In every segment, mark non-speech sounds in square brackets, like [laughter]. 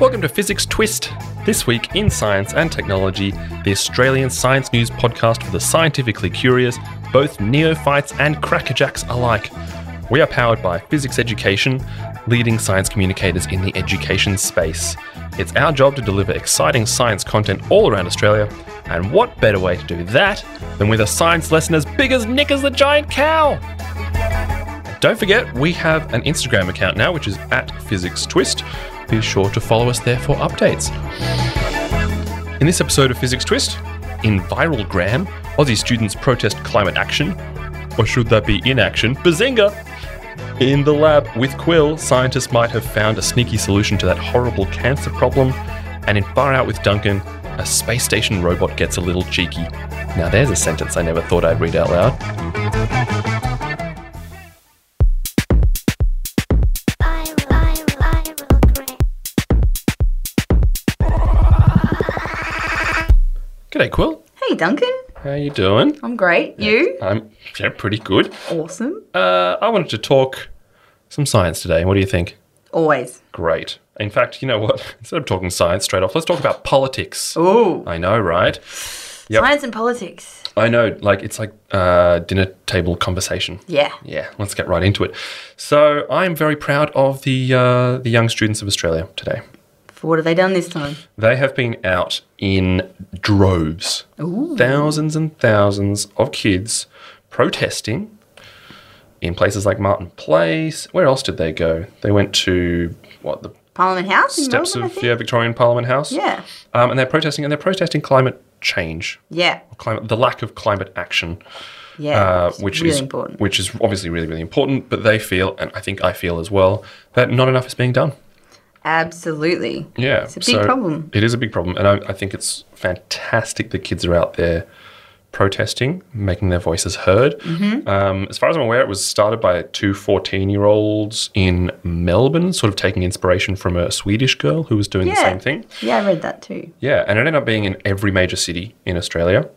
welcome to Physics Twist. This week in Science and Technology, the Australian science news podcast for the scientifically curious, both neophytes and crackerjacks alike. We are powered by Physics Education, leading science communicators in the education space. It's our job to deliver exciting science content all around Australia, and what better way to do that than with a science lesson as big as Nick as the Giant Cow? Don't forget, we have an Instagram account now, which is at Physics Twist. Be sure to follow us there for updates. In this episode of Physics Twist, in Viral Gram, Aussie students protest climate action, or should that be inaction? Bazinga! In the lab with Quill, scientists might have found a sneaky solution to that horrible cancer problem, and in Far Out with Duncan, a space station robot gets a little cheeky. Now, there's a sentence I never thought I'd read out loud. I will, I will, I will bring. G'day, Quill. Hey, Duncan. How you doing? I'm great. You? I'm yeah, pretty good. Awesome. Uh, I wanted to talk some science today. What do you think? Always. Great. In fact, you know what? [laughs] Instead of talking science straight off, let's talk about politics. Ooh. I know, right? Yep. Science and politics. I know. Like it's like uh, dinner table conversation. Yeah. Yeah, let's get right into it. So I am very proud of the uh, the young students of Australia today. For what have they done this time? They have been out in droves, thousands and thousands of kids protesting in places like Martin Place. Where else did they go? They went to what the Parliament House? In steps Melbourne, I of think? yeah, Victorian Parliament House. Yeah. um, and they're protesting, and they're protesting climate change, Yeah. climate, the lack of climate action Yeah. uh, Oh, It's which really is important. which is obviously really really important. But they feel, and I think I feel as well, that not enough is being done. Absolutely. Yeah, It's a big problem. It is a big problem, and I, I think it's fantastic that kids are out there protesting, making their voices heard. Mm-hmm. Um, as far as I'm aware, it was started by two 14 year olds in Melbourne, sort of taking inspiration from a Swedish girl who was doing the Yeah. same thing. Yeah, I read that too. Yeah, and it ended up being in every major city in Australia.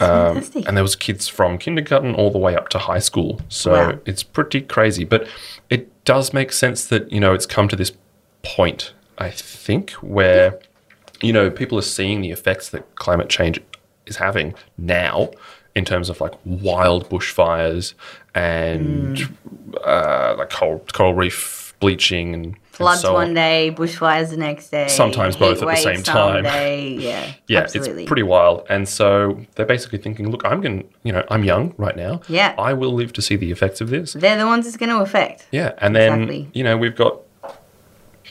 Fantastic. Um, and there was kids from kindergarten all the way up to high school so Wow. it's pretty crazy but it does make sense that you know it's come to this point i think where you know people are seeing the effects that climate change is having now in terms of like wild bushfires and Mm. uh, like coral, coral reef bleaching and and Floods so on. one day, bushfires the next day. Sometimes both at the heatwave same time. [laughs] someday. Yeah. Yeah, Absolutely. it's pretty wild. And so they're basically thinking, look, I'm going to, you know, I'm young right now. Yeah. I will live to see the effects of this. They're the ones it's going to affect. Yeah. And then, Exactly. you know, we've got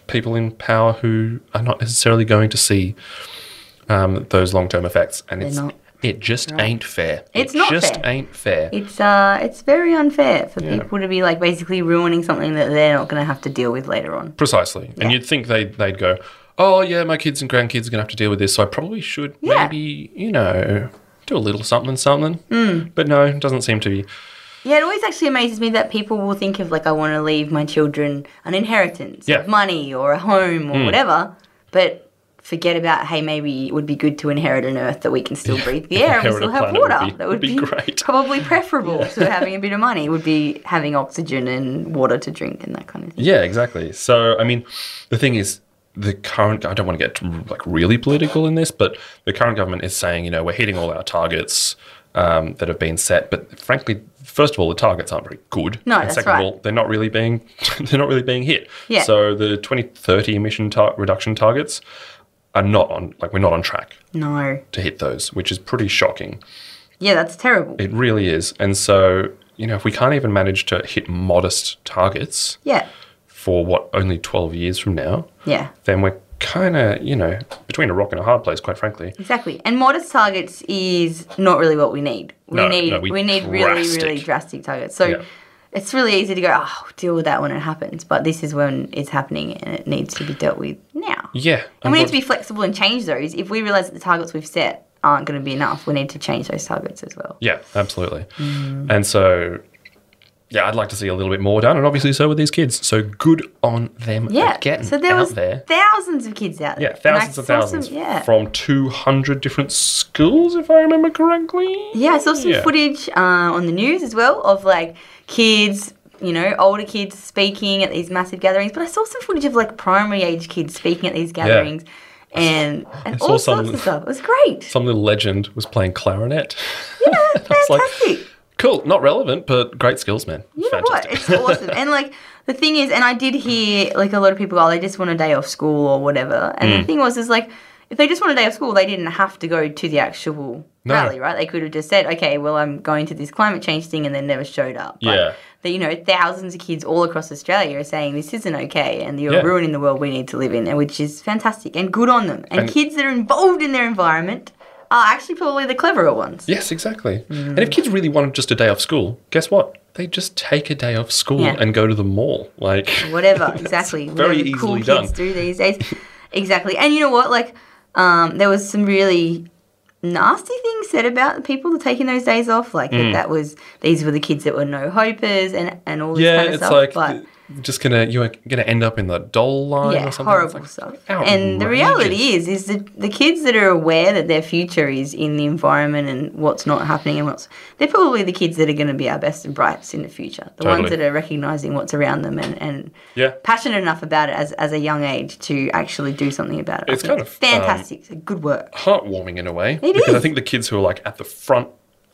people in power who are not necessarily going to see um, those long term effects. And it's, not. it just ain't fair. It's it not just fair. ain't fair. It's uh, it's very unfair for Yeah. people to be like basically ruining something that they're not going to have to deal with later on. Precisely. And you'd think they, they'd go, oh, yeah, my kids and grandkids are going to have to deal with this. So I probably should Yeah. maybe, you know, do a little something, something. Hmm. But no, it doesn't seem to be. Yeah, it always actually amazes me that people will think of like I want to leave my children an inheritance Yeah. Hmm. of money or a home or whatever, but forget about hey maybe it would be good to inherit an earth that we can still breathe the air and [laughs] Inherit a we still have planet would water. be- that would would be be, great. probably preferable to having a bit of money. Would be having oxygen and water to drink and that kind of thing. Yeah, exactly. So, I mean, the thing is, the current, I don't want to get like really political in this, but the current government is saying, you know, we're hitting all our targets um, that have been set. But frankly, first of all, the targets aren't very good. No, and that's second of right. all, they're not really being, [laughs] they're not really being hit. Yeah. So the 2030 emission tar- reduction targets are not on, like we're not on track No. to hit those, which is pretty shocking. Yeah, that's terrible. It really is. And so, you know, if we can't even manage to hit modest targets yeah. for what, only 12 years from now, Yeah. then we're kind of, you know, between a rock and a hard place, quite frankly. Exactly. And modest targets is not really what we need. We No, need no, we- we, need really, really drastic. drastic targets. So Yeah. it's really easy to go, oh, deal with that when it happens. But this is when it's happening and it needs to be dealt with now. Yeah. And we need to be flexible and change those. If we realise that the targets we've set aren't going to be enough, we need to change those targets as well. Yeah, absolutely. Mm. And so, yeah, I'd like to see a little bit more done, and obviously so with these kids. So good on them Yeah. for getting so there out was there. thousands of kids out Yeah, there. And I thousands and saw some- thousands yeah. from 200 different schools, if I remember correctly. Yeah, I saw some Yeah. footage uh, on the news as well of like kids you know, older kids speaking at these massive gatherings, but I saw some footage of like primary age kids speaking at these gatherings and, and saw all some- sorts of stuff. It was [laughs] great. Some little legend was playing clarinet. Yeah, fantastic. cool, not relevant, but great skills, man. You know what? Fantastic. It's awesome. and like the thing is, and I did hear like a lot of people go, oh, they just want a day off school or whatever. And Mm. the thing was, is like if they just want a day off school, they didn't have to go to the actual No. rally, right? They could have just said, okay, well, I'm going to this climate change thing, and then never showed up. But Yeah. That you know, thousands of kids all across Australia are saying this isn't okay, and you're Yeah. ruining the world we need to live in, and which is fantastic and good on them. And, And- kids that are involved in their environment are actually probably the cleverer ones. Yes, exactly. Mm. And if kids really wanted just a day off school, guess what? They just take a day off school Yeah. and go to the mall. Like [laughs] whatever that's exactly whatever Very cool easily kids done. do these days exactly and you know what like um, there was some really nasty things said about people taking those days off like Hmm. that, that was these were the kids that were no hopers and and all [laughs] this Yeah, kind of it's stuff like but th- just gonna you're gonna end up in the doll line yeah or something. It's horrible like stuff and the reality is is that the kids that are aware that their future is in the environment and what's not happening and what's they're probably the kids that are going to be our best and brightest in the future the ones Totally. that are recognizing what's around them and and yeah, passionate enough about it as, as a young age to actually do something about it. I It's think kind of, um, fantastic. It's good work. heartwarming in a way It because I is. think the kids who are like at the front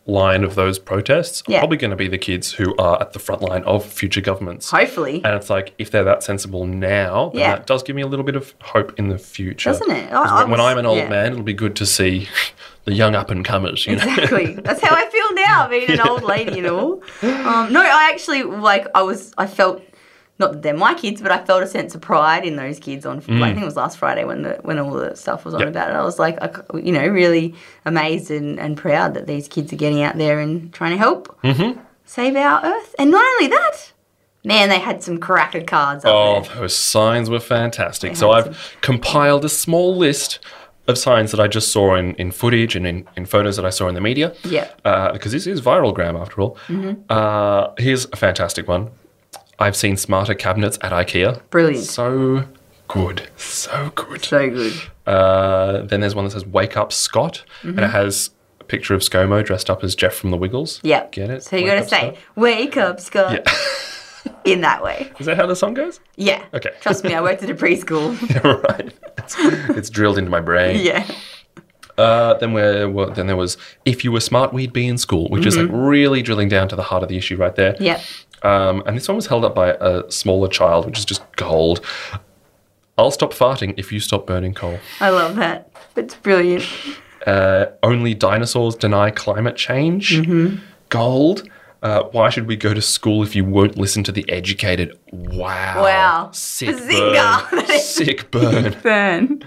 line of those protests are Yeah. probably going to be the kids who are at the front line of future governments. Hopefully, [laughs] And it's like if they're that sensible now, then Yeah. that does give me a little bit of hope in the future, Doesn't it? 'Cause I- I when, when was- I'm an old yeah. man, it'll be good to see [laughs] the young up and comers. You know, exactly. That's how I [laughs] feel now, being an old lady and all. Um, no, I actually like. I was. I felt not that they're my kids, but I felt a sense of pride in those kids. On Mm. like, I think it was last Friday when the when all the stuff was on Yep. about it. I was like, I c- you know, really amazed and, and proud that these kids are getting out there and trying to help Mm-hmm. save our earth. And not only that. Man, they had some cracker cards up Oh, there. those signs were fantastic. So I've had compiled a small list of signs that I just saw in, in footage and in, in photos that I saw in the media. Yeah. Mm-hmm. Uh, because this is viral gram after all. Uh, here's a fantastic one. I've seen smarter cabinets at IKEA. Brilliant. So good. So good. So good. Uh, then there's one that says Wake Up Scott, and Mm-hmm. it has a picture of ScoMo dressed up as Jeff from The Wiggles. Yeah. Get it? So you Wake gotta Up say, Scott? "Wake up, Scott," Yeah. [laughs] in that way. Is that how the song goes? [laughs] Yeah. Okay. Trust me, I worked at a [laughs] preschool. right. It's, it's drilled into my brain. yeah. Uh, then where well, then there was if you were smart, we'd be in school, which is like really drilling down to the heart of the issue right there. Mm-hmm. Yeah. Um, and this one was held up by a smaller child, which is just gold. I'll stop farting if you stop burning coal. I love that. It's brilliant. Uh, only dinosaurs deny climate change. Gold. Uh, why should we go to school if you won't listen to the educated? Wow. Wow. Sick Bazinga. burn. [laughs] Sick burn. Burn.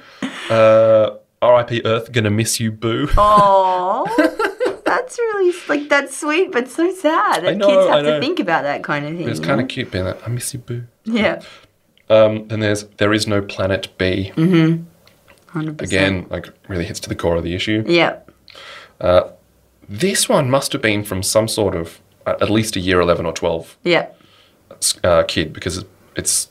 Uh, R.I.P. Earth. Gonna miss you, boo. [laughs] Oh. That's really like that's sweet, but so sad. That know, kids I have know. to think about that kind of thing. It's you kind know? of cute being like, I miss you, boo. yeah, Um, then there's there is no planet B. hundred percent. Again, like really hits to the core of the issue. Yeah, This one must have been from some sort of uh, at least a year eleven or twelve yeah, uh, kid because it's- it's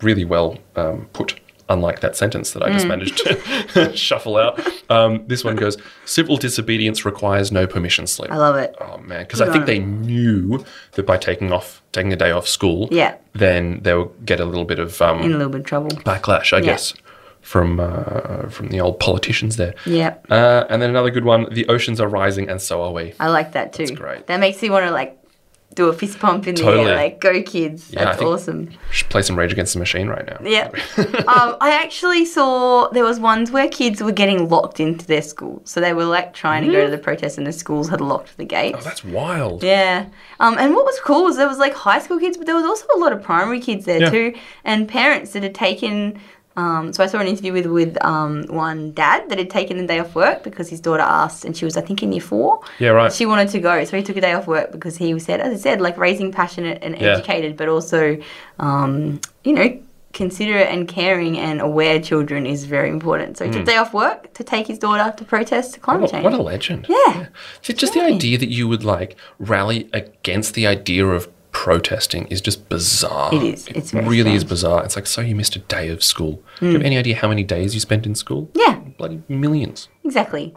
really well um, put. Unlike that sentence that I Hmm. just managed to [laughs] shuffle out. Um, this one goes: civil disobedience requires no permission slip. I love it. Oh man, because Good I think on they knew that by taking off, taking a day off school, Yeah. then they'll get a little bit of um, In a little bit of trouble. backlash, I Yeah. guess, from uh, from the old politicians there. Yeah. Uh, and then another good one: the oceans are rising, and so are we. I like that too. great. That makes you want to like do a fist pump in the Totally. air, like go kids. Yeah, I That's think- awesome. Should play some Rage Against the Machine right now. Yeah. [laughs] um, I actually saw there was ones where kids were getting locked into their school. So they were like trying to go to the protest and the schools had locked the gates. Oh, that's wild. yeah. Um, and what was cool was there was like high school kids, but there was also a lot of primary kids there Yeah. too, and parents that had taken. Um, so I saw an interview with with um, one dad that had taken the day off work because his daughter asked, and she was I think in year four. Yeah, right. She wanted to go, so he took a day off work because he said, as I said, like raising passionate and Yeah. educated, but also, um, you know, considerate and caring and aware children is very important. So he took a day off work to take his daughter to protest climate Hmm. What a, change. what a legend. Yeah. See, Just the idea that you would like rally against the idea of protesting is just bizarre. It is. It's it very really is strange. Hmm. bizarre. It's like, so you missed a day of school. Do you have any idea how many days you spent in school? Yeah. bloody millions. [laughs] Exactly.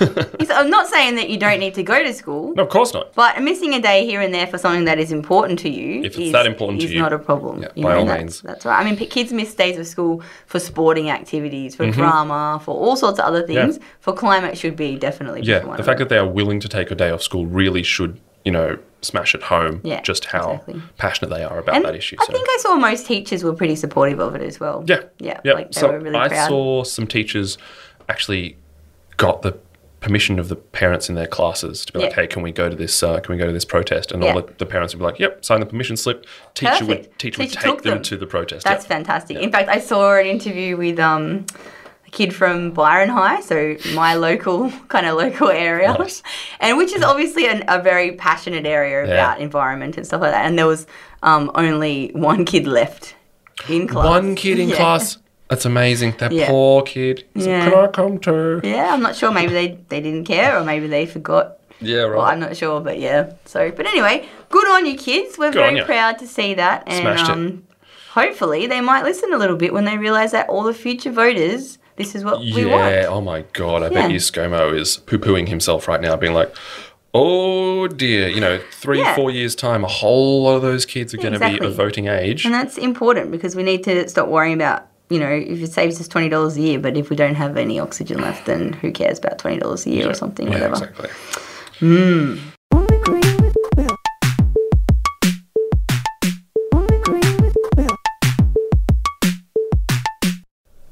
It's- I'm not saying that you don't need to go to school, No, of course not. but missing a day here and there for something that is important to you If it's is, that important to is you, not a problem. yeah, you by all that's- means. That's right. I mean, p- kids miss days of school for sporting activities, for Mm-hmm. drama, for all sorts of other things. For climate, should be definitely. Yeah, one the of fact that them. they are willing to take a day off school really should, you know, smash it home Yeah, just how exactly. passionate they are about and that issue. I think I saw most teachers were pretty supportive of it as well. Yeah. Yeah. Yep. Like they so were really I proud. saw some teachers actually got the permission of the parents in their classes to be like, Yeah. "Hey, can we go to this? Uh, can we go to this protest?" And all Yeah. the, the parents would be like, "Yep, sign the permission slip." Teacher would Perfect. teacher, would Teacher take took them, them. to the protest. That's Yep. fantastic. In fact, I saw an interview with um, a kid from Byron High, so [laughs] my local kind of local area, Nice. and which is obviously an, a very passionate area Yeah. about environment and stuff like that. And there was um, only one kid left in class. One kid in [laughs] Yeah. class. That's amazing. That Yeah. poor kid. He's like, Yeah. Can I come too? Yeah, I'm not sure. Maybe they, they didn't care, or maybe they forgot. Yeah, right. Well, I'm not sure, but yeah. So, but anyway, good on you, kids. We're Good on very ya. proud to see that, and Smashed it. um, hopefully they might listen a little bit when they realise that all the future voters, this is what we yeah. want. Oh my god. I Yeah. bet you ScoMo is poo pooing himself right now, being like, "Oh dear." You know, three, Yeah. four years time, a whole lot of those kids are going to be exactly. of voting age. And that's important because we need to stop worrying about you know if it saves us twenty dollars a year, but if we don't have any oxygen left, then who cares about twenty dollars a year or something, Yeah, whatever. exactly.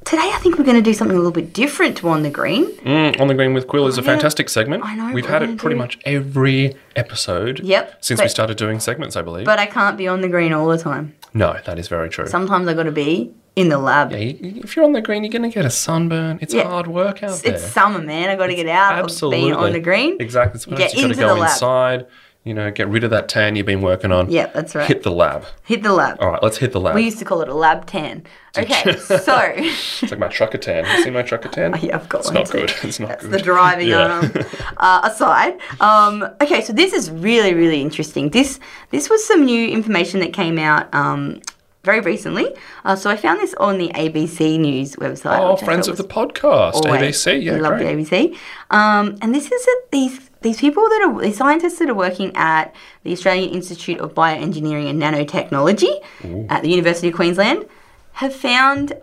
Today, I think we're going to do something a little bit different to on the green. Mm, on the Green with Quill is a Yeah. fantastic segment. I know, We've but had I it don't pretty do- much every episode. Yep, Since we but- started doing segments, I believe. But I can't be on the green all the time. no, that is very true. Sometimes I got to be in the lab. Yeah, you- you- if you're on the green, you're going to get a sunburn. It's Yeah. hard work out there. It's summer, man. I got to get out Absolutely. of being on the green. Exactly. Sometimes Get you got to into go the lab. inside. You know, get rid of that tan you've been working on. Yeah, that's [laughs] right. Hit the lab. Hit the lab. All right, let's hit the lab. We used to call it a [laughs] lab tan. Okay, so [laughs] it's like my trucker tan. Have you seen my trucker tan? yeah, I've got It's one not too. good. It's not That's good. the driving Yeah. [laughs] um, uh, aside. Um, okay, so this is really really interesting. This this was some new information that came out. Um, very recently, uh, so I found this on the ABC News website. Oh, which I friends of thought the was podcast, always- ABC. Yeah, we love great. the ABC. Um, and this is that these these people that are these scientists that are working at the Australian Institute of Bioengineering and Nanotechnology at the University of Queensland have found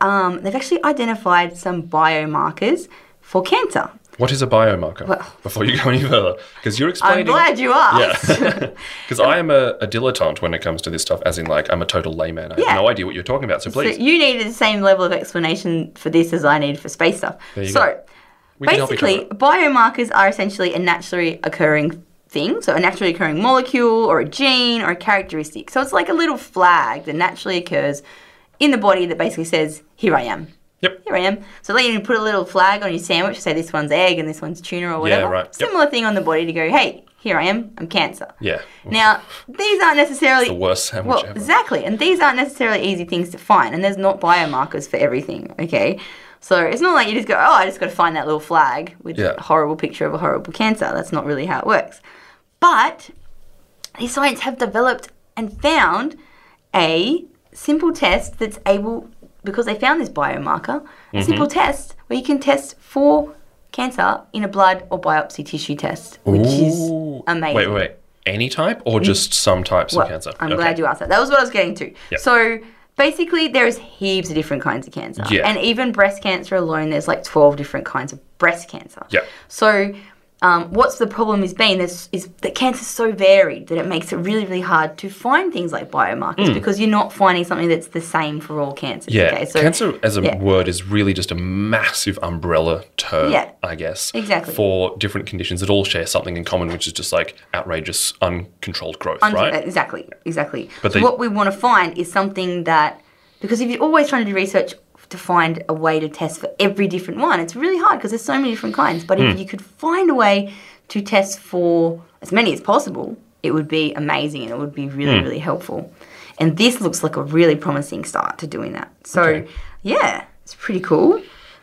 um, they've actually identified some biomarkers for cancer. What is a biomarker? Well- Before you go any further, because you're I'm explaining. glad you asked. Yeah, [laughs] because I am a, a dilettante when it comes to this stuff. As in, like, I'm a total layman. I Yeah. have no idea what you're talking about. So So please, you needed the same level of explanation for this as I needed for space stuff. There you so go. we can help each Basically, other. biomarkers are essentially a naturally occurring thing, so a naturally occurring molecule or a gene or a characteristic. So it's like a little flag that naturally occurs in the body that basically says, "Here I am." Yep. Here I am. So like you put a little flag on your sandwich, say this one's egg and this one's tuna or whatever. right. Yep. Similar thing on the body to go, "Hey, here I am. I'm cancer." Yeah. Now, these aren't necessarily the worst sandwich well, ever. exactly. And these aren't necessarily easy things to find, and there's not biomarkers for everything, okay? So it's not like you just go, oh, I just got to find that little flag with Yeah. a horrible picture of a horrible cancer. That's not really how it works. But these scientists have developed and found a simple test that's able, because they found this biomarker, Mm-hmm. a simple test where you can test for cancer in a blood or biopsy tissue test, which is Ooh. amazing. Wait, wait, wait. Any type or just some types Well, of cancer? I'm Okay. glad you asked that. That was what I was getting to. Yep. So basically, there is heaps of different kinds of cancer, Yeah. and even breast cancer alone, there's like 12 different kinds of breast cancer. Yeah. So. Um, what's the problem has been is, is that cancer's so varied that it makes it really, really hard to find things like biomarkers because you're not finding something that's the same for all cancers. Hmm. Yeah, Okay, so cancer as a yeah. word is really just a massive umbrella term, Yeah. I guess. Exactly. For different conditions that all share something in common, which is just like outrageous, uncontrolled growth, Unto- right? uh, Exactly, exactly. But so they- what we want to find is something that, because if you're always trying to do research to find a way to test for every different one, it's really hard because there's so many different kinds. But Hmm. if you could find a way to test for as many as possible, it would be amazing and it would be really, Hmm. really helpful. And this looks like a really promising start to doing that. So, Okay. yeah, it's pretty cool.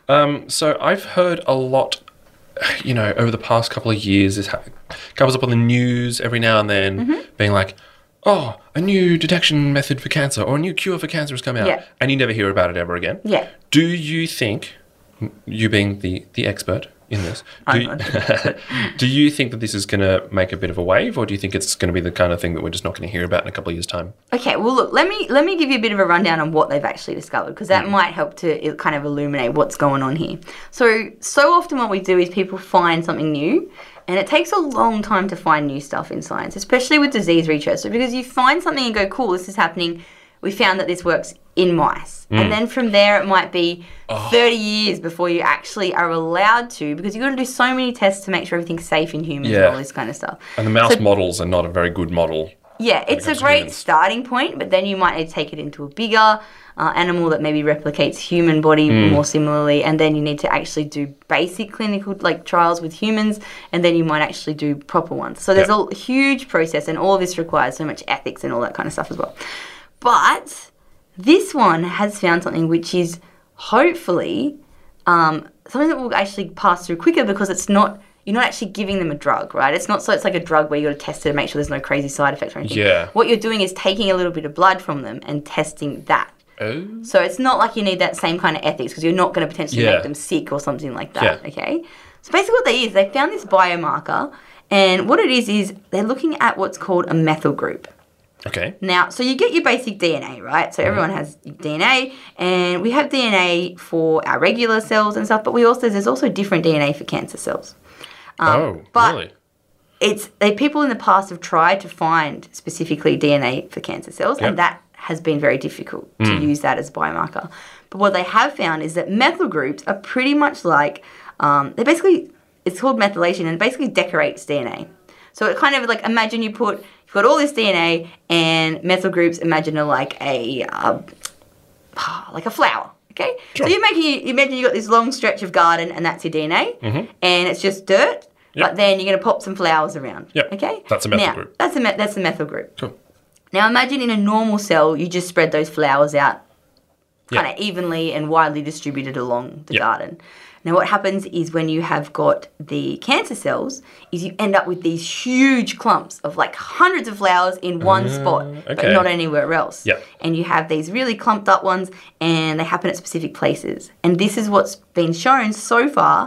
So I've heard a lot, you know, over the past couple of years, it ha- comes up on the news every now and then, Mm-hmm. being like, oh, a new detection method for cancer or a new cure for cancer has come out. Yeah. And you never hear about it ever again. Yeah. Do you think you being the, the expert in this, do, I'm you- not [laughs] do you think that this is going to make a bit of a wave, or do you think it's going to be the kind of thing that we're just not going to hear about in a couple of years' time? Okay, well, look, let me let me give you a bit of a rundown on what they've actually discovered because that might help to il- kind of illuminate what's going on here. So, so often what we do is people find something new, and it takes a long time to find new stuff in science, especially with disease research. So, because you find something and go, "Cool, this is happening," we found that this works in mice, and then from there it might be. 30 years before you actually are allowed to because you've got to do so many tests to make sure everything's safe in humans and Yeah. all this kind of stuff And the mouse So- models are not a very good model. yeah, it's a comes to great humans. starting point, but then you might need to take it into a bigger uh, animal that maybe replicates human body Hmm. more similarly, and then you need to actually do basic clinical like trials with humans, and then you might actually do proper ones. So there's Yeah. a huge process, and all this requires so much ethics and all that kind of stuff as well. But this one has found something which is hopefully um, something that will actually pass through quicker because it's not you're not actually giving them a drug, right? It's not so it's like a drug where you got to test it and make sure there's no crazy side effects or anything. Yeah. What you're doing is taking a little bit of blood from them and testing that. Oh, So it's not like you need that same kind of ethics because you're not going to potentially Yeah. make them sick or something like that. Yeah. Okay. So basically, what they is they found this biomarker, and what it is is they're looking at what's called a methyl group. okay. Now, so you get your basic DNA, right? So everyone has DNA, and we have DNA for our regular cells and stuff, but we also there's also different DNA for cancer cells. oh, Um, but- really? It's they, people in the past have tried to find specifically DNA for cancer cells, Yep. and that has been very difficult to use that as a biomarker. But what they have found is that methyl groups are pretty much like um, they basically it's called methylation, and it basically decorates DNA. So it kind of like imagine you put you've got all this DNA and methyl groups. Imagine are like a uh, Ah, like a flower. Okay, Sure. so you're making you imagine you have got this long stretch of garden, and that's your DNA, and it's just dirt. Mm-hmm. Yep. But then you're going to pop some flowers around. Yep. Okay. That's a methyl Now, group. That's a me- that's the methyl group. Cool. Now imagine in a normal cell, you just spread those flowers out Yeah. kind of evenly and widely distributed along the Yeah. garden. Now what happens is when you have got the cancer cells, is you end up with these huge clumps of like hundreds of flowers in one spot, Ah, okay. but not anywhere else. Yeah. And you have these really clumped up ones and they happen at specific places. And this is what's been shown so far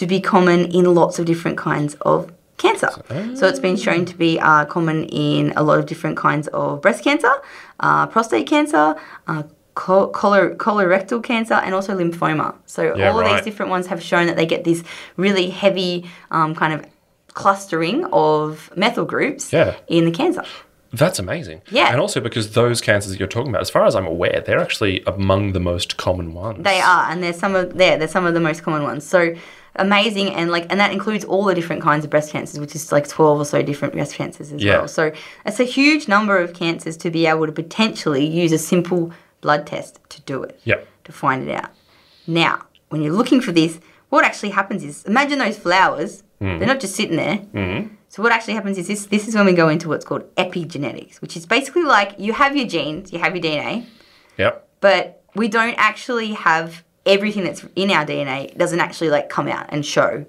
to be common in lots of different kinds of cancer. So it's been shown to be uh, common in a lot of different kinds of breast cancer, uh, prostate cancer, uh, col- color- colorectal cancer, and also lymphoma. So Yeah, all of right. these different ones have shown that they get this really heavy um, kind of clustering of methyl groups Yeah. in the cancer. That's amazing. Yeah. And also because those cancers that you're talking about, as far as I'm aware, they're actually among the most common ones. They are, and they're some of they're, they're some of the most common ones. So amazing, and like, and that includes all the different kinds of breast cancers, which is like twelve or so different breast cancers as Yeah. well. So it's a huge number of cancers to be able to potentially use a simple blood test to do it Yep. to find it out. Now, when you're looking for this, what actually happens is imagine those flowers. They're not just sitting there. So what actually happens is this this is when we go into what's called epigenetics, which is basically like you have your genes, you have your DNA, Yep. but we don't actually have everything that's in our DNA It doesn't actually like come out and show.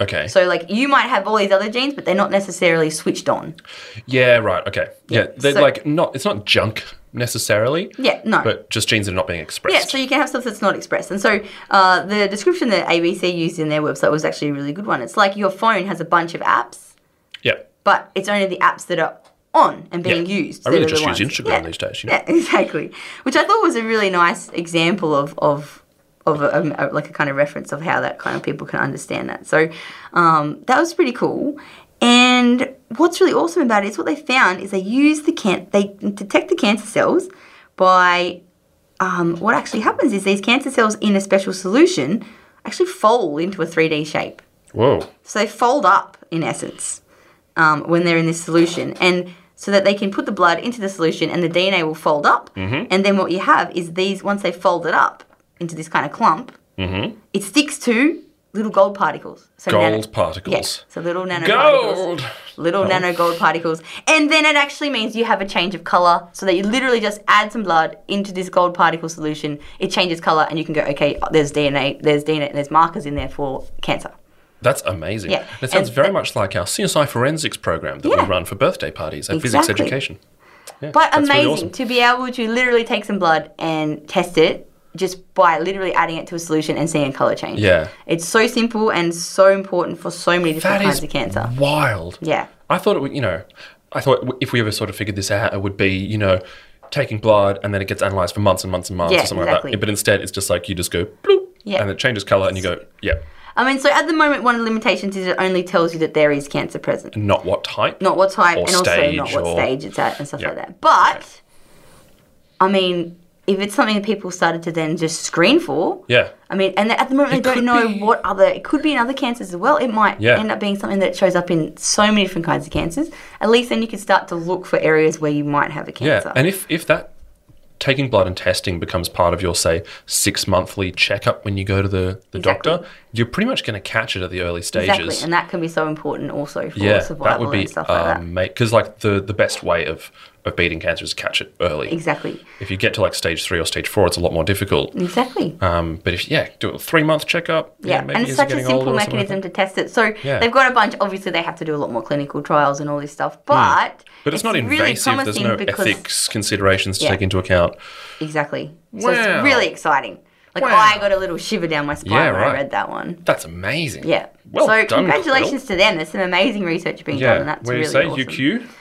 Okay. So like you might have all these other genes, but they're not necessarily switched on. yeah, right. Okay. Yeah. They're so- like not it's not junk necessarily. Yeah, no. But just genes that are not being Yeah, expressed. so you can have stuff that's not expressed. And so uh, the description that ABC used in their website was actually a really good one. It's like your phone has a bunch of apps, Yeah. but it's only the apps that are on and being Yeah. used. I really that are the just use ones. Instagram Yeah. these days, you know? Yeah, [laughs] exactly. Which I thought was a really nice example of of of a, um, a- like a kind of reference of how that kind of people can understand that. So um, that was pretty cool. And what's really awesome about it is what they found is they use the can they detect the cancer cells by um, what actually happens is these cancer cells in a special solution actually fold into a 3D shape. Whoa. So they fold up, in essence, um, when they're in this solution, and so that they can put the blood into the solution, and the DNA will fold up. Mm-hmm. And then what you have is these once they fold it up into this kind of clump, it sticks to little gold particles. So Mm-hmm. Gold nano- particles. Yes, so little nanoparticles. Gold. Little nano gold particles. And then it actually means you have a change of color so that you literally just add some blood into this gold particle solution. It changes color and you can go, okay, there's DNA, there's DNA, there's markers in there for cancer. That's amazing. Yeah. It sounds And very th- much like our CSI forensics program that we Yeah. run for birthday parties at physics Exactly. education. Yeah, But that's really amazing awesome. to be able to literally take some blood and test it just by literally adding it to a solution and seeing a color change. Yeah. It's so simple and so important for so many different That kinds is of cancer. wild. Yeah. I thought it would, you know, I thought w- if we ever sort of figured this out, it would be, you know, taking blood and then it gets analyzed for months and months and months Yeah, or something exactly. like that. But instead, it's just like you just go bloop Yeah. and it changes color and you go, yeah, I mean, so at the moment, one of the limitations is it only tells you that there is cancer present, not what type. not what type, Or and also stage not what or- stage it's at and stuff Yeah. like that. But, I mean, if it's something that people started to then just screen for, Yeah. I mean, and at the moment they could don't know be- what other. It could be in other cancers as well. It might Yeah. end up being something that shows up in so many different kinds of cancers. At least then you can start to look for areas where you might have a Yeah. cancer. And if, if that taking blood and testing becomes part of your, say, six monthly checkup when you go to the, the Exactly. doctor, you're pretty much going to catch it at the early stages. exactly, and that can be so important also for yeah, that survival would be um, and stuff like that. because like the, the best way of, of beating cancer is catch it early. Exactly, If you get to like stage three or stage four, it's a lot more difficult. exactly. Um, but if yeah, do a three month checkup. Yeah, maybe and it's as such you're a getting simple older or something like mechanism to test it. So Yeah. they've got a bunch. Obviously, they have to do a lot more clinical trials and all this stuff, but that. Hmm. But it's, not invasive. There's no ethics considerations to Yeah. take into account. Exactly. So Wow. it's really exciting. Like Wow. I got a little shiver down my spine Yeah, when right. I read that one. That's amazing. Yeah. Well so done, congratulations to them. There's some amazing research being Quill. Yeah. done, and that's Where really you say awesome. UQ,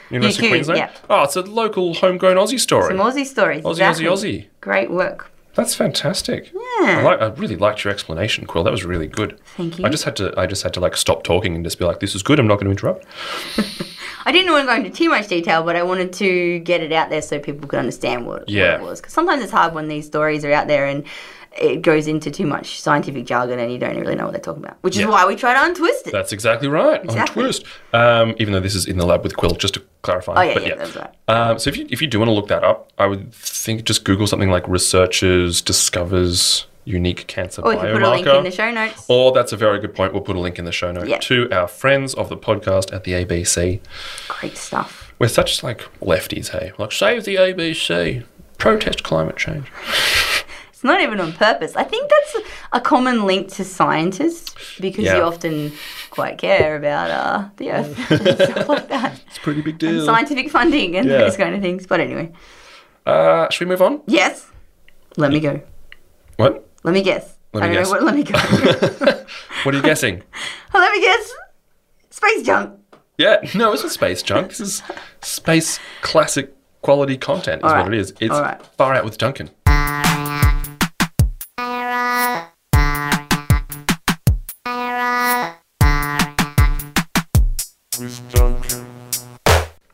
University UQ, of Queensland. yeah. Oh, it's a local homegrown Aussie story. Some Aussie stories. Aussie, exactly. Aussie, Aussie. Great work. That's fantastic. Yeah. I, like, I really liked your explanation, Quill. That was really good. Thank you. I just had to. I just had to like stop talking and just be like, "This is good. I'm not going to interrupt." I didn't want to go into too much detail, but I wanted to get it out there so people could understand what, what Yeah. it was. Because sometimes it's hard when these stories are out there and it goes into too much scientific jargon and you don't really know what they're talking about, which Yeah. is why we try to untwist it. That's exactly right. Exactly. On Twist. Um, even though this is in the lab with Quill, just to clarify. Oh, yeah, yeah, that's right. Um, so if you if you do want to look that up, I would think just Google something like researchers discovers unique cancer or we can biomarker. put a link in the show notes. Or that's a very good point. We'll put a link in the show note Yeah. to our friends of the podcast at the ABC. Great stuff. We're such like lefties, hey? Like save the ABC, protest climate change. It's not even on purpose. I think that's a common link to scientists because Yeah. you often quite care about uh, the earth and stuff like [laughs] that. It's a pretty big And deal. scientific funding and Yeah. those kind of things. But anyway, uh, should we move on? yes. Let me go. What? [laughs] Let me guess. Let I me don't guess. know what. Let me go. [laughs] What are you guessing? Oh, let me guess. Space junk. Yeah, no, it's not space junk. This is space classic quality content, is All what right. it is. It's All right. far out with Duncan.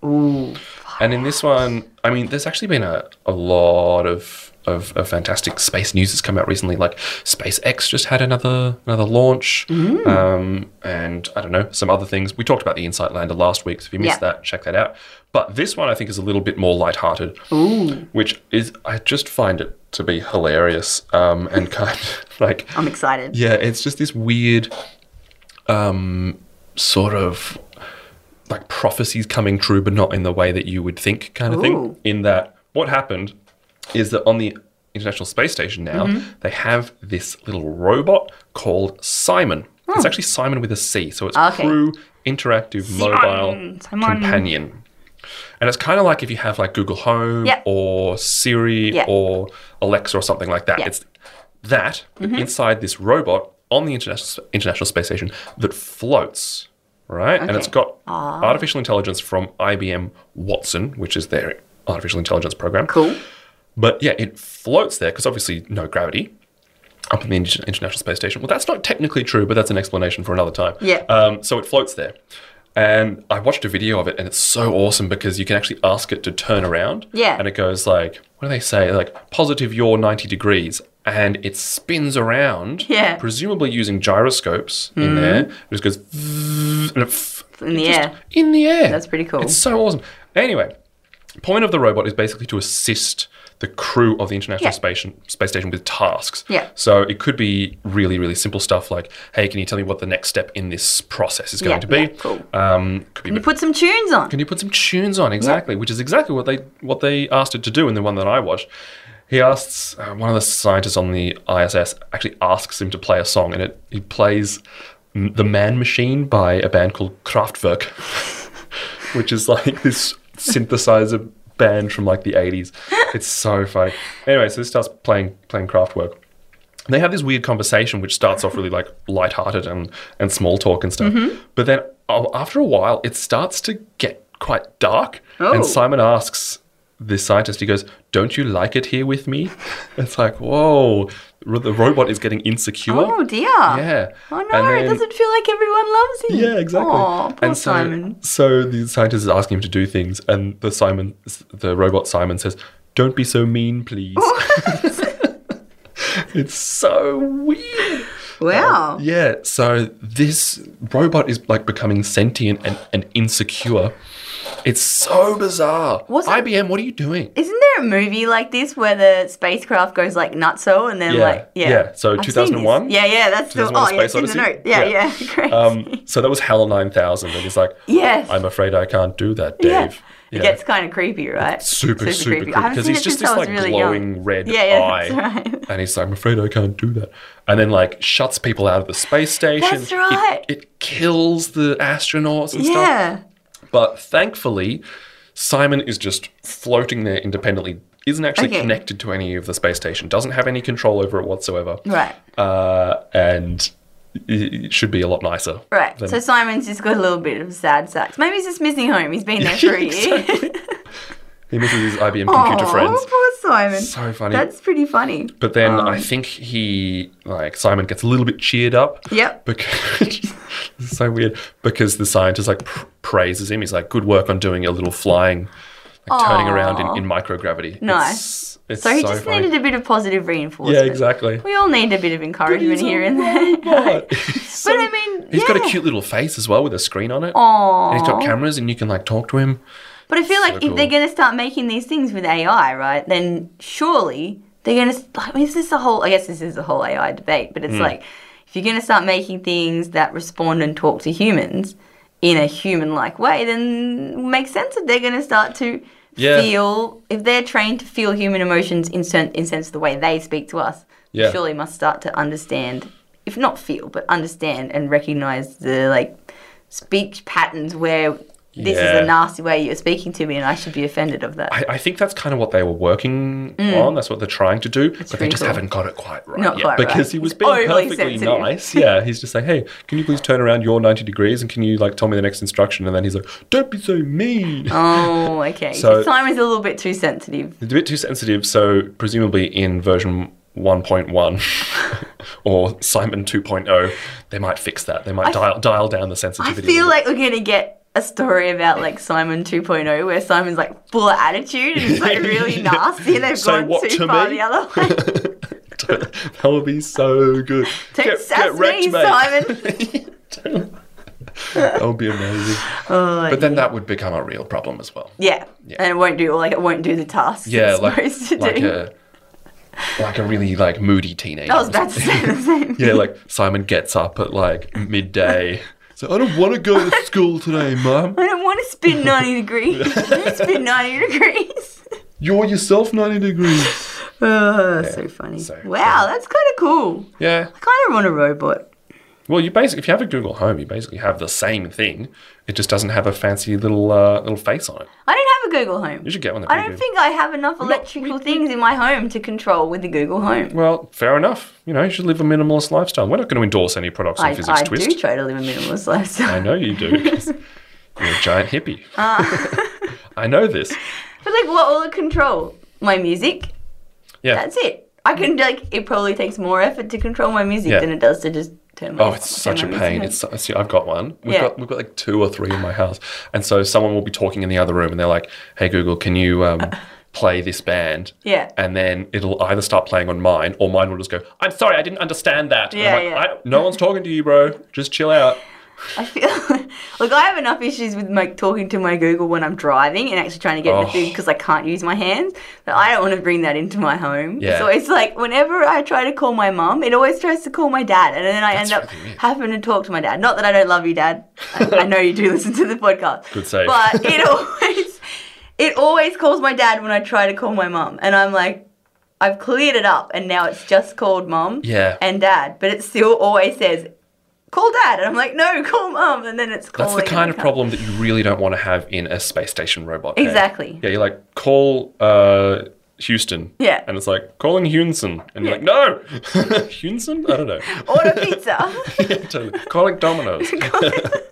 Ooh. And in this one, I mean, there's actually been a, a lot of, of of fantastic space news that's come out recently. Like SpaceX just had another another launch, Mm. um, and I don't know some other things. We talked about the InSight lander last week, so if you missed Yeah. that, check that out. But this one I think is a little bit more lighthearted, Ooh. which is I just find it to be hilarious um, and kind of [laughs] like I'm excited. yeah, it's just this weird um, sort of like prophecies coming true, but not in the way that you would think kind of thing. Ooh. In that, what happened is that on the International Space Station now, Mm-hmm. they have this little robot called Simon. It's actually Simon with a C, so it's Oh. Okay. Crew Interactive Mobile Simon, Simon. Companion. And it's kind of like if you have like Google Home Yep. or Siri Yep. or Alexa or something like that. Yep. It's that but Mm-hmm. inside this robot on the international international space station that floats, right? And it's Okay. Ah. got artificial intelligence from IBM Watson, which is their artificial intelligence program. Cool. But yeah, it floats there because obviously no gravity up in the Inter- International Space Station. Well, that's not technically true, but that's an explanation for another time. Yeah. Um, so it floats there. And I watched a video of it, and it's so awesome because you can actually ask it to turn around. Yeah. And it goes like, what do they say? Like, positive your 90 degrees. And it spins around, Yeah. Hmm. presumably using gyroscopes in there. It just goes, vzz, and it f- In the just air. in the air. That's pretty cool. It's so awesome. Anyway, point of the robot is basically to assist the crew of the International Yeah. Space, Space Station with tasks. Yeah. So it could be really, really simple stuff like, hey, can you tell me what the next step in this process is going Yeah, to be? yeah, cool. Mm. Um, could be You put some tunes on. can you put some tunes on exactly which is exactly what they what they asked it to do in the one that i watched he asks uh, one of the scientists on the iss actually asks him to play a song and it he plays M- the man machine by a band called kraftwerk [laughs] which is like this synthesizer band from like the 80s It's so funny. Anyway, so this starts playing playing craft work. They have this weird conversation which starts off really like lighthearted and and small talk and stuff. Mm-hmm. But then oh, after a while, it starts to get quite dark. Oh. And Simon asks this scientist, he goes, "Don't you like it here with me?" It's like, whoa, ro- the robot is getting insecure. Oh dear. Yeah. Oh no, And it then- doesn't feel like everyone loves him. yeah, exactly. Oh, poor and so, Simon. [laughs] So the scientist is asking him to do things, and the Simon, the robot Simon, says, "Don't be so mean, please." Oh. [laughs] it's so weird. Wow. Yeah. So this robot is like becoming sentient and, and insecure. It's so bizarre. Was it- IBM, what are you doing? Isn't there a movie like this where the spacecraft goes like nutso and then Yeah, like yeah. yeah. So I've seen this. 2001? Yeah, yeah, that's 2001 the oh yeah, it's Space in the Odyssey? note. Yeah, Yeah. yeah, [laughs] great. Um, so that was Hell 9000, and he's like, yes. "I'm afraid I can't do that, Dave." yeah. Yeah. It gets kind of creepy, right? super, super, creepy I haven't because seen he's it just since this I was like really glowing young. red Yeah, yeah, eye, that's right. [laughs] and he's like, "I'm afraid I can't do that." And then like shuts people out of the space station. That's right. It, it kills the astronauts and Yeah. stuff. But thankfully, Simon is just floating there independently. Isn't actually Okay. connected to any of the space station. Doesn't have any control over it whatsoever. Right. Uh, and it it should be a lot nicer. Right. than- so Simon's just got a little bit of sad sacks. Maybe he's just missing home. [laughs] He's been there for a year. he misses his IBM computer Aw, friends. poor Simon. So funny. That's pretty funny. But then Um, I think he, like, Simon gets a little bit cheered up. [laughs] Yep. Because, this is so weird. Because the scientist, like, pr- praises him. He's like, good work on doing a little flying, like, turning around in, in microgravity. Nice. It's, it's So so, he just funny. needed a bit of positive yeah, reinforcement. exactly. We all need a bit of encouragement He's a here and there. robot. [laughs] He's [laughs] But so- I mean, he's yeah. got a cute little face as well with a screen on it. And he's got Aww. cameras and you can, like, talk to him. But I feel like cool. if they're going to start making these things with AI, right, then surely they're going to. I mean, is this the whole? I guess this is the whole AI debate. But Hmm. it's like if you're going to start making things that respond and talk to humans in a human-like way, then it makes sense that they're going to start to Yeah. feel. If they're trained to feel human emotions in certain, in sense of the way they speak to us, Yeah. surely must start to understand, if not feel, but understand and recognize the like speech patterns where this is Yeah. a nasty way you're speaking to me and I should be offended of that. I, I think that's kind of what they were working on. That's what they're trying to do, but they Mm. really just cool. haven't got it quite right Not yet. quite right. because he was It's being overly perfectly sensitive. nice. [laughs] Yeah, he's just like, "Hey, can you please turn around your ninety degrees and can you like tell me the next instruction?" And then he's like, "Don't be so mean." oh, [laughs] okay. So- So, Simon's a little bit too sensitive. It's a bit too sensitive. So presumably in version. 1.1 [laughs] or Simon 2.0, they might fix that. They might dial, dial down the I sensitivity. a feel little like we're going to get a story about like Simon 2.0 where Simon's like full of attitude and it's like really [laughs] Yeah. nasty and they've Say gone what too to far me? the [laughs] other way. bit. [laughs] that would be so good. Text us [laughs] me, Simon. That would be [laughs] amazing. Oh, But then that would become a real problem as well. yeah. And it won't do or like it won't do the tasks yeah, it's like, supposed to like do. a like a really like moody teenager. I was [laughs] about to say the same. yeah, like Simon gets up at like midday. [laughs] So I don't want to go to school today, Mum. I don't want to spin 90 degrees. [laughs] Don't spin 90 degrees. [laughs] You're yourself ninety degrees. Oh, so funny. so wow, that's kind of cool. Yeah. I kind of want a robot. Well, you basically if you have a Google Home, you basically have the same thing. It just doesn't have a fancy little uh, little face on it. I don't have a Google Home. You should get one. That'd I be don't good. think I have enough electrical things in my home to control with the Google Home. Well, fair enough. You know, you should live a minimalist lifestyle. We're not going to endorse any products on I, Physics I Twist. do try to live a minimalist lifestyle. I know you do. 'cause You're a giant hippie. Ah. [laughs] I know this. [laughs] But like, what will it control? My music? Yeah. That's it. I can like. It probably takes more effort to control my music Yeah. than it does to just turn. My Oh, it's turn such a my pain. music It's so, see, I've got one. We've Yeah. got we've got like two or three in my house, and so someone will be talking in the other room, and they're like, "Hey Google, can you [laughs] um, play this band?" Yeah. And then it'll either start playing on mine, or mine will just go, "I'm sorry, I didn't understand that." And I'm Yeah, like, yeah. "I- no one's talking to you, bro. Just chill [laughs] out. I feel like I have enough issues with like talking to my Google when I'm driving and actually trying to get Oh. the thing because I can't use my hands. But I don't want to bring that into my home. Yeah. So it's like whenever I try to call my mum, it always tries to call my dad, and then I That's end up really weird. having to talk to my dad. Not that I don't love you, dad. I, I know you do listen to the podcast. Good save. [laughs] But it always it always calls my dad when I try to call my mum, and I'm like. I've cleared it up and now it's just called mum Yeah. and dad, but it still always says call dad. And I'm like, no, call mum. And then it's That's calling. the kind and of I Oh, problem can't- that you really don't want to have in a space station robot. eh? Exactly. Yeah, you're like, call uh, Houston. Yeah. And it's like calling Hunson, and you're like, no, [laughs] Hunson. I don't know. Order pizza. Yeah, [laughs] totally. Calling [laughs] Domino's. [laughs]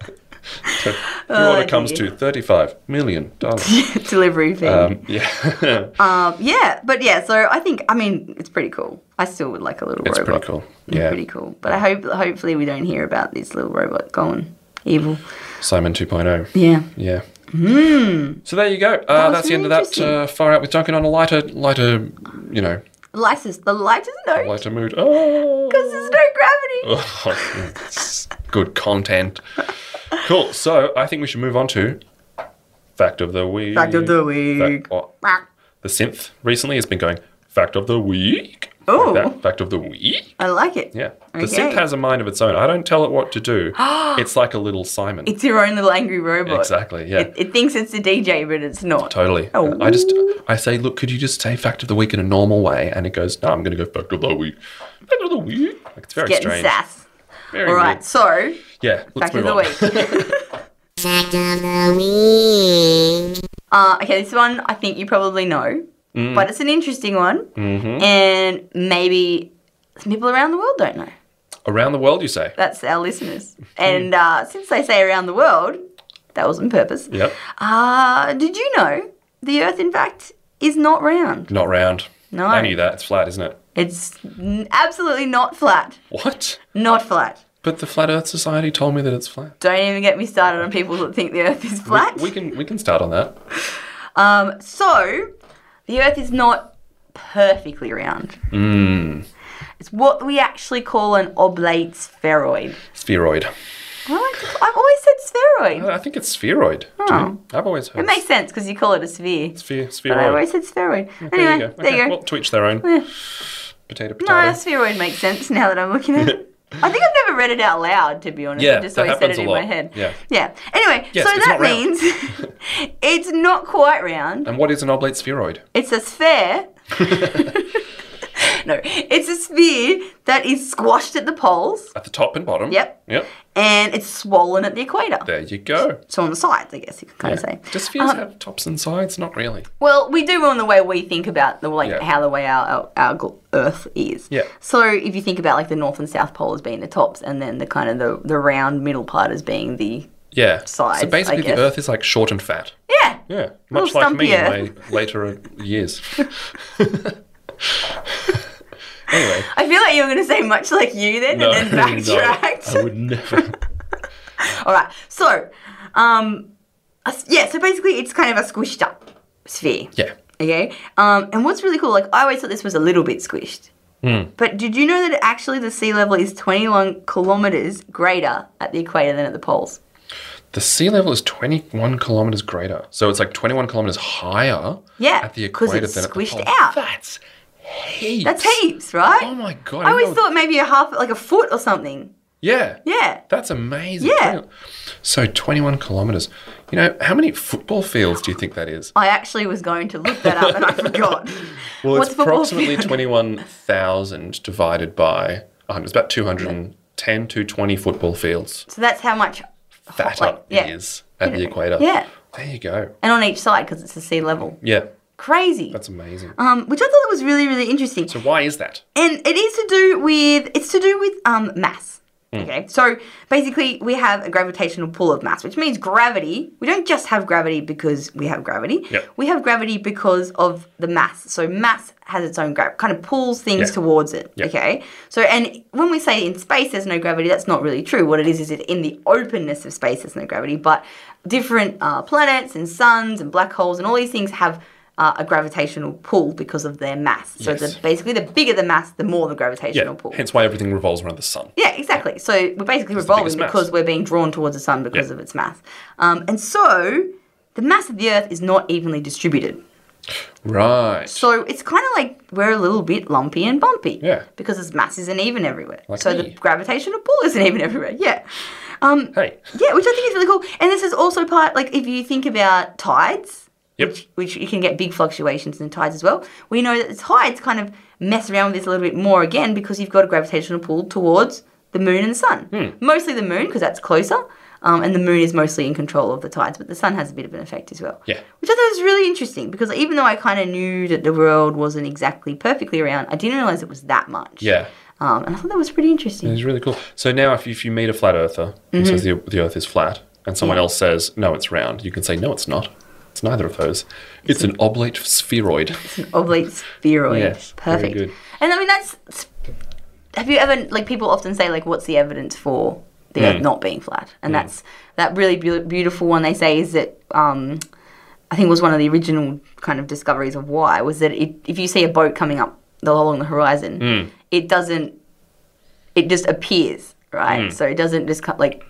So, Your Oh, order comes dear. to thirty-five million dollars. [laughs] [laughs] Delivery fee. Um, um, yeah, yeah, but yeah, so I think, I mean, it's pretty cool. I still would like a little it's robot. pretty cool. It's Yeah, Pretty cool. But I hope, hopefully, we don't hear about this little robot going evil. Simon 2.0. Yeah. Yeah. So there you go. Uh, Hmm. was that's the end really of that. Uh, far out with Duncan on a lighter, lighter, you know, Lysis, the light is no. [laughs] lighter mood. Oh. Because there's no gravity. Oh, it's [laughs] good content. Cool. So I think we should move on to fact of the week. Fact of the week. Fact- oh, the synth recently has been going fact of the week. Oh. Like that, fact of the week. I like it. Yeah. The Okay. synth has a mind of its own. I don't tell it what to [gasps] do. it's like a little Simon. It's your own little angry robot. exactly. Yeah. It, it thinks it's a DJ, but it's not. Totally. Oh. I just I say, look, could you just say fact of the week in a normal way? And it goes, no, I'm going to go fact of the week. Fact of the week. Like, it's very Getting strange. sass. Very All right, weird. so Yeah. Let's fact of move the on. [laughs] week. [laughs] Fact of the week. Uh, okay, this one I think you probably know, Mm. but it's an interesting one, Mm-hmm. and maybe some people around the world don't know. Around the world, you say. That's our [laughs] listeners, Hmm. and uh, since they say around the world, that was on purpose. Yep. Uh, did you know the Earth, in fact, is not round? Not round. No. I knew that. It's flat, isn't it? It's n- absolutely not flat. What? Not flat. But the Flat Earth Society told me that it's flat. Don't even get me started on people that think the Earth is We- flat. We, can we can start on that. Um, so, the Earth is not perfectly round. Hmm. It's what we actually call an oblate spheroid. Spheroid. I like to- I've always said spheroid. Uh, I think it's spheroid. too. Oh. I've always heard. It makes sense because you call it a sphere. sphere, But I spheroid. always said spheroid. there anyway, you go. there you Okay, go. Well, to each their own. Yeah. Potato, no, potato. spheroid makes sense now that I'm looking [laughs] at it. I think I've never read it out loud, to be honest. Yeah, I just that always said happens it a in lot. my head. Yeah. Yeah. Anyway, Yes, so it's not that round. [laughs] means [laughs] it's not quite round. and what is an oblate spheroid? It's a sphere. no, it's a sphere that is squashed at the poles At the top and bottom. Yep. Yep. and it's swollen at the equator. There you go. So on the sides, I guess you could kind Yeah. of say. Does spheres have tops and sides? Not really. Well, we do on the way we think about the like Yeah. how the way our, our, our gl- Earth is. Yeah. So if you think about like the north and south pole as being the tops, and then the kind of the, the round middle part as being the Yeah. Sides, So I basically, the guess. Earth is like short and fat. yeah. Yeah. Much Little like me stumpier. in my later [laughs] years. [laughs] anyway. I feel like you were going to say much like you [laughs] then, No, and then no, backtracked. I would never. [laughs] All right. So, um, a s- yeah. So basically, it's kind of a squished up sphere. Yeah. Okay. Um, and what's really cool, like I always thought this was a little bit squished. Hmm. But did you know that actually the sea level is 21 kilometers greater at the equator than at the poles? The sea level is 21 kilometers greater. So it's like 21 kilometers higher Yeah, at the 'cause equator it's than squished at the pole. out. That's heaps. That's heaps, right? Oh my God. I always didn't know- thought maybe a half, like a foot or something. Yeah. Yeah. That's amazing. Yeah. 21 So 21 kilometers. You know, how many football fields do you think that is? I actually was going to look that up [laughs] and I forgot. Well, What's it's football [laughs] approximately field? 21,000 divided by 100. It's about 210 to 20 football fields. So that's how much. Fat like, up Oh, yeah. it is at the equator. Yeah. There you go. And on each side because it's the sea level. Yeah. Crazy. That's amazing. um, which I thought was really, really interesting. So why is that? and it is to do with it's to do with um, mass. Hmm. Okay, so basically we have a gravitational pull of mass, which means gravity. We don't just have gravity because we have gravity. Yep. We have gravity because of the mass. So mass has its own gravity, kind of pulls things Yeah. towards it. Yep. Okay, so and when we say in space there's no gravity, that's not really true. What it is is it in the openness of space there's no gravity, but different uh, planets and suns and black holes and all these things have. Uh, a gravitational pull because of their mass. So Yes. the basically the bigger the mass the more the gravitational Yeah. pull Hence why everything revolves around the sun. yeah exactly so we're basically the biggest revolving mass. because we're being drawn towards the sun because Yeah. of its mass um, and so the mass of the earth is not evenly distributed Right. so it's kind of like we're a little bit lumpy and bumpy Yeah. because its mass isn't even everywhere Like so me. the gravitational pull isn't even everywhere yeah [laughs] um, hey. yeah which i think is really cool and this is also part like if you think about tides Yep. which you can get big fluctuations in tides as well. We know that the tides kind of mess around with this a little bit more Hmm. again because you've got a gravitational pull towards the moon and the sun. Mostly the moon because that's closer, Um, and the moon is mostly in control of the tides, but the sun has a bit of an effect as well. Yeah. Which I thought was really interesting because even though I kind of knew that the world wasn't exactly perfectly round, I didn't realize it was that much. Yeah. Um, and I thought that was pretty interesting. It's really cool. So now, if, if you meet a flat earther Mm-hmm. who says the, the earth is flat, and someone else says, no, it's round, you can say, no, it's not. It's neither of those. It's an oblate spheroid. oblate spheroid. Yes, very Perfect. good. And I mean, that's. Have you ever like people often say like, what's the evidence for Hmm. the Earth not being flat? And that's that really beau- beautiful one they say is that. Um, I think was one of the original kind of discoveries of why was that it, if you see a boat coming up the- along the horizon, Hmm. it doesn't. It just appears, Hmm. right? So it doesn't just co- like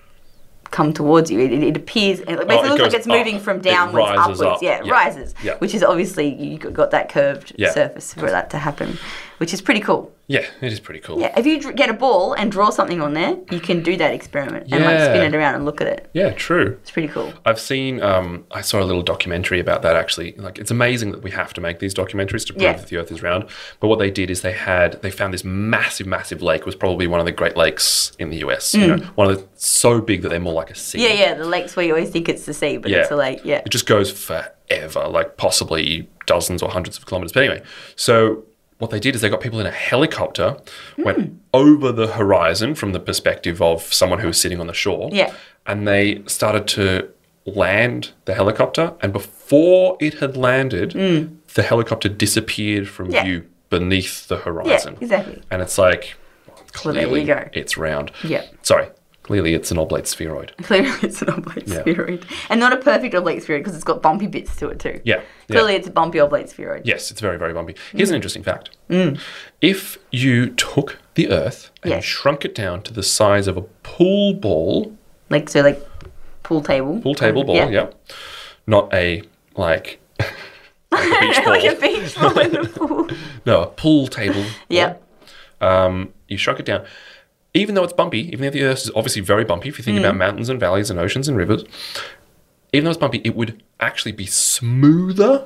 come towards you. It, it, it appears. It basically Oh, it looks like goes it's moving up. from It downwards rises upwards. up. Yeah, it Yeah. rises, Yeah. which is obviously you g- got that curved Yeah. surface for that to happen, which is pretty cool. [laughs] Yeah, it is pretty cool. Yeah, if you dr- get a ball and draw something on there, you can do that experiment and like spin Yeah. it around and look at it. yeah true. It's pretty cool. I've seen. Um, I saw a little documentary about that. Actually, like it's amazing that we have to make these documentaries to prove Yeah. that the Earth is round. But what they did is they had they found this massive, massive lake. It was probably one of the Great Lakes in the US. You know, one of the so big that they're more like a sea. Hmm. Yeah, yeah, the lakes where you always think it's the sea, but it's Yeah. a lake. Yeah, It just goes forever, like possibly dozens or hundreds of kilometers. But anyway, so what they did is they got people in a helicopter, Hmm. went over the horizon from the perspective of someone who was sitting on the shore. Yeah. And they started to land the helicopter. And before it had landed, the helicopter disappeared from Hmm. Yeah. view beneath the yeah, horizon. exactly. [laughs] And it's like, Well, there you clearly, go. it's round. Yeah. Sorry, clearly, it's an oblate spheroid. Clearly, it's an oblate Yeah. spheroid, and not a perfect oblate spheroid because it's got bumpy bits to it too. Yeah, yeah. clearly, it's a bumpy oblate spheroid. Yes, it's very, very bumpy. Mm. Here's an interesting fact. If you took the Earth and Yes. shrunk it down to the size of a pool ball, Like so, like pool table. Um, pool table ball, yeah, not a like, [laughs] like a [laughs] beach ball, [laughs] like a beach [laughs] ball in the pool. no, a pool [laughs] table. Yeah. Um, you shrunk it down. Even though it's bumpy, even though the Earth is obviously very bumpy, if you Mm. think about mountains and valleys and oceans and rivers, even though it's bumpy, it would actually be smoother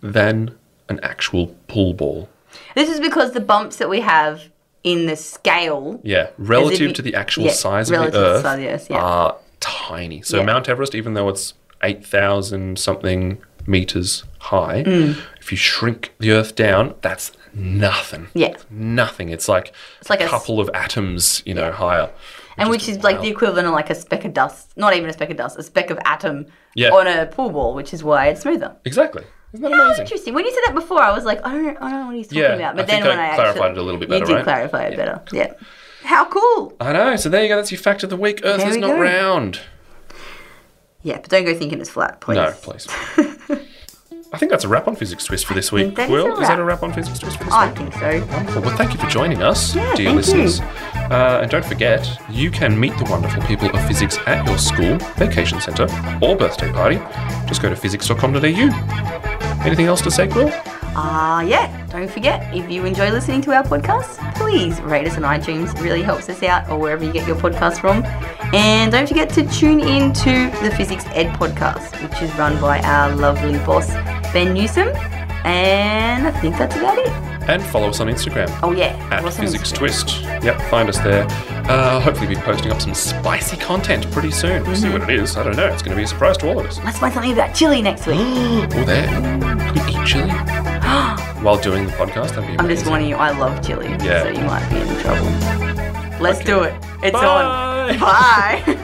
than an actual pool ball. This is because the bumps that we have in the scale. Yeah, relative you- to the actual yeah, size of the relative to the Earth, size of the Earth, yeah. are tiny. So Yeah. Mount Everest, even though it's eight thousand something meters high, Mm. if you shrink the Earth down, that's nothing. Yeah. nothing. It's like it's like a a s- couple of atoms, you know, higher. and which is like the equivalent of like a speck of dust, not even a speck of dust, a speck of atom Yeah. on a pool ball, which is why it's smoother. exactly. Isn't that Oh, amazing? interesting. When you said that before, I was like, I don't, I don't know what he's talking Yeah, about. I But think then when I I clarified actually, it a little bit you better, did right? clarify it better. Yeah. How cool. I know. So there you go. That's your fact of the week. Earth There is we not go. round. Yeah, but don't go thinking it's flat, please. No, please. [laughs] I think that's a wrap on Physics Twist for this week. think that is Will, a is that wrap. a wrap on Physics Twist for this I week? think so. Wonderful. Well, thank you for joining us, Yeah, dear thank listeners. Uh, and don't forget, you can meet the wonderful people of physics at your school, vacation centre, or birthday party. Just go to physics.com.au. Anything else to say, Quill? Ah, yeah. Don't forget, if you enjoy listening to our podcast, please rate us on iTunes. It really helps us out, or wherever you get your podcast from. And don't forget to tune in to the Physics Ed podcast, which is run by our lovely boss, Ben Newsom. And I think that's about it. And follow us on Instagram. Oh, yeah. At What's on Physics Instagram? Twist. Yep, find us there. Uh, hopefully, we'll be posting up some spicy content pretty soon. We'll Mm-hmm. see what it is. I don't know. It's going to be a surprise to all of us. [gasps] Let's find something about chili next week. Or there. Could we eat [gasps] chili while doing the podcast? That'd be I'm just amazing. warning you, I love chili, Yeah. so you might be in trouble. Let's do it. It's Bye. on. Bye. [laughs]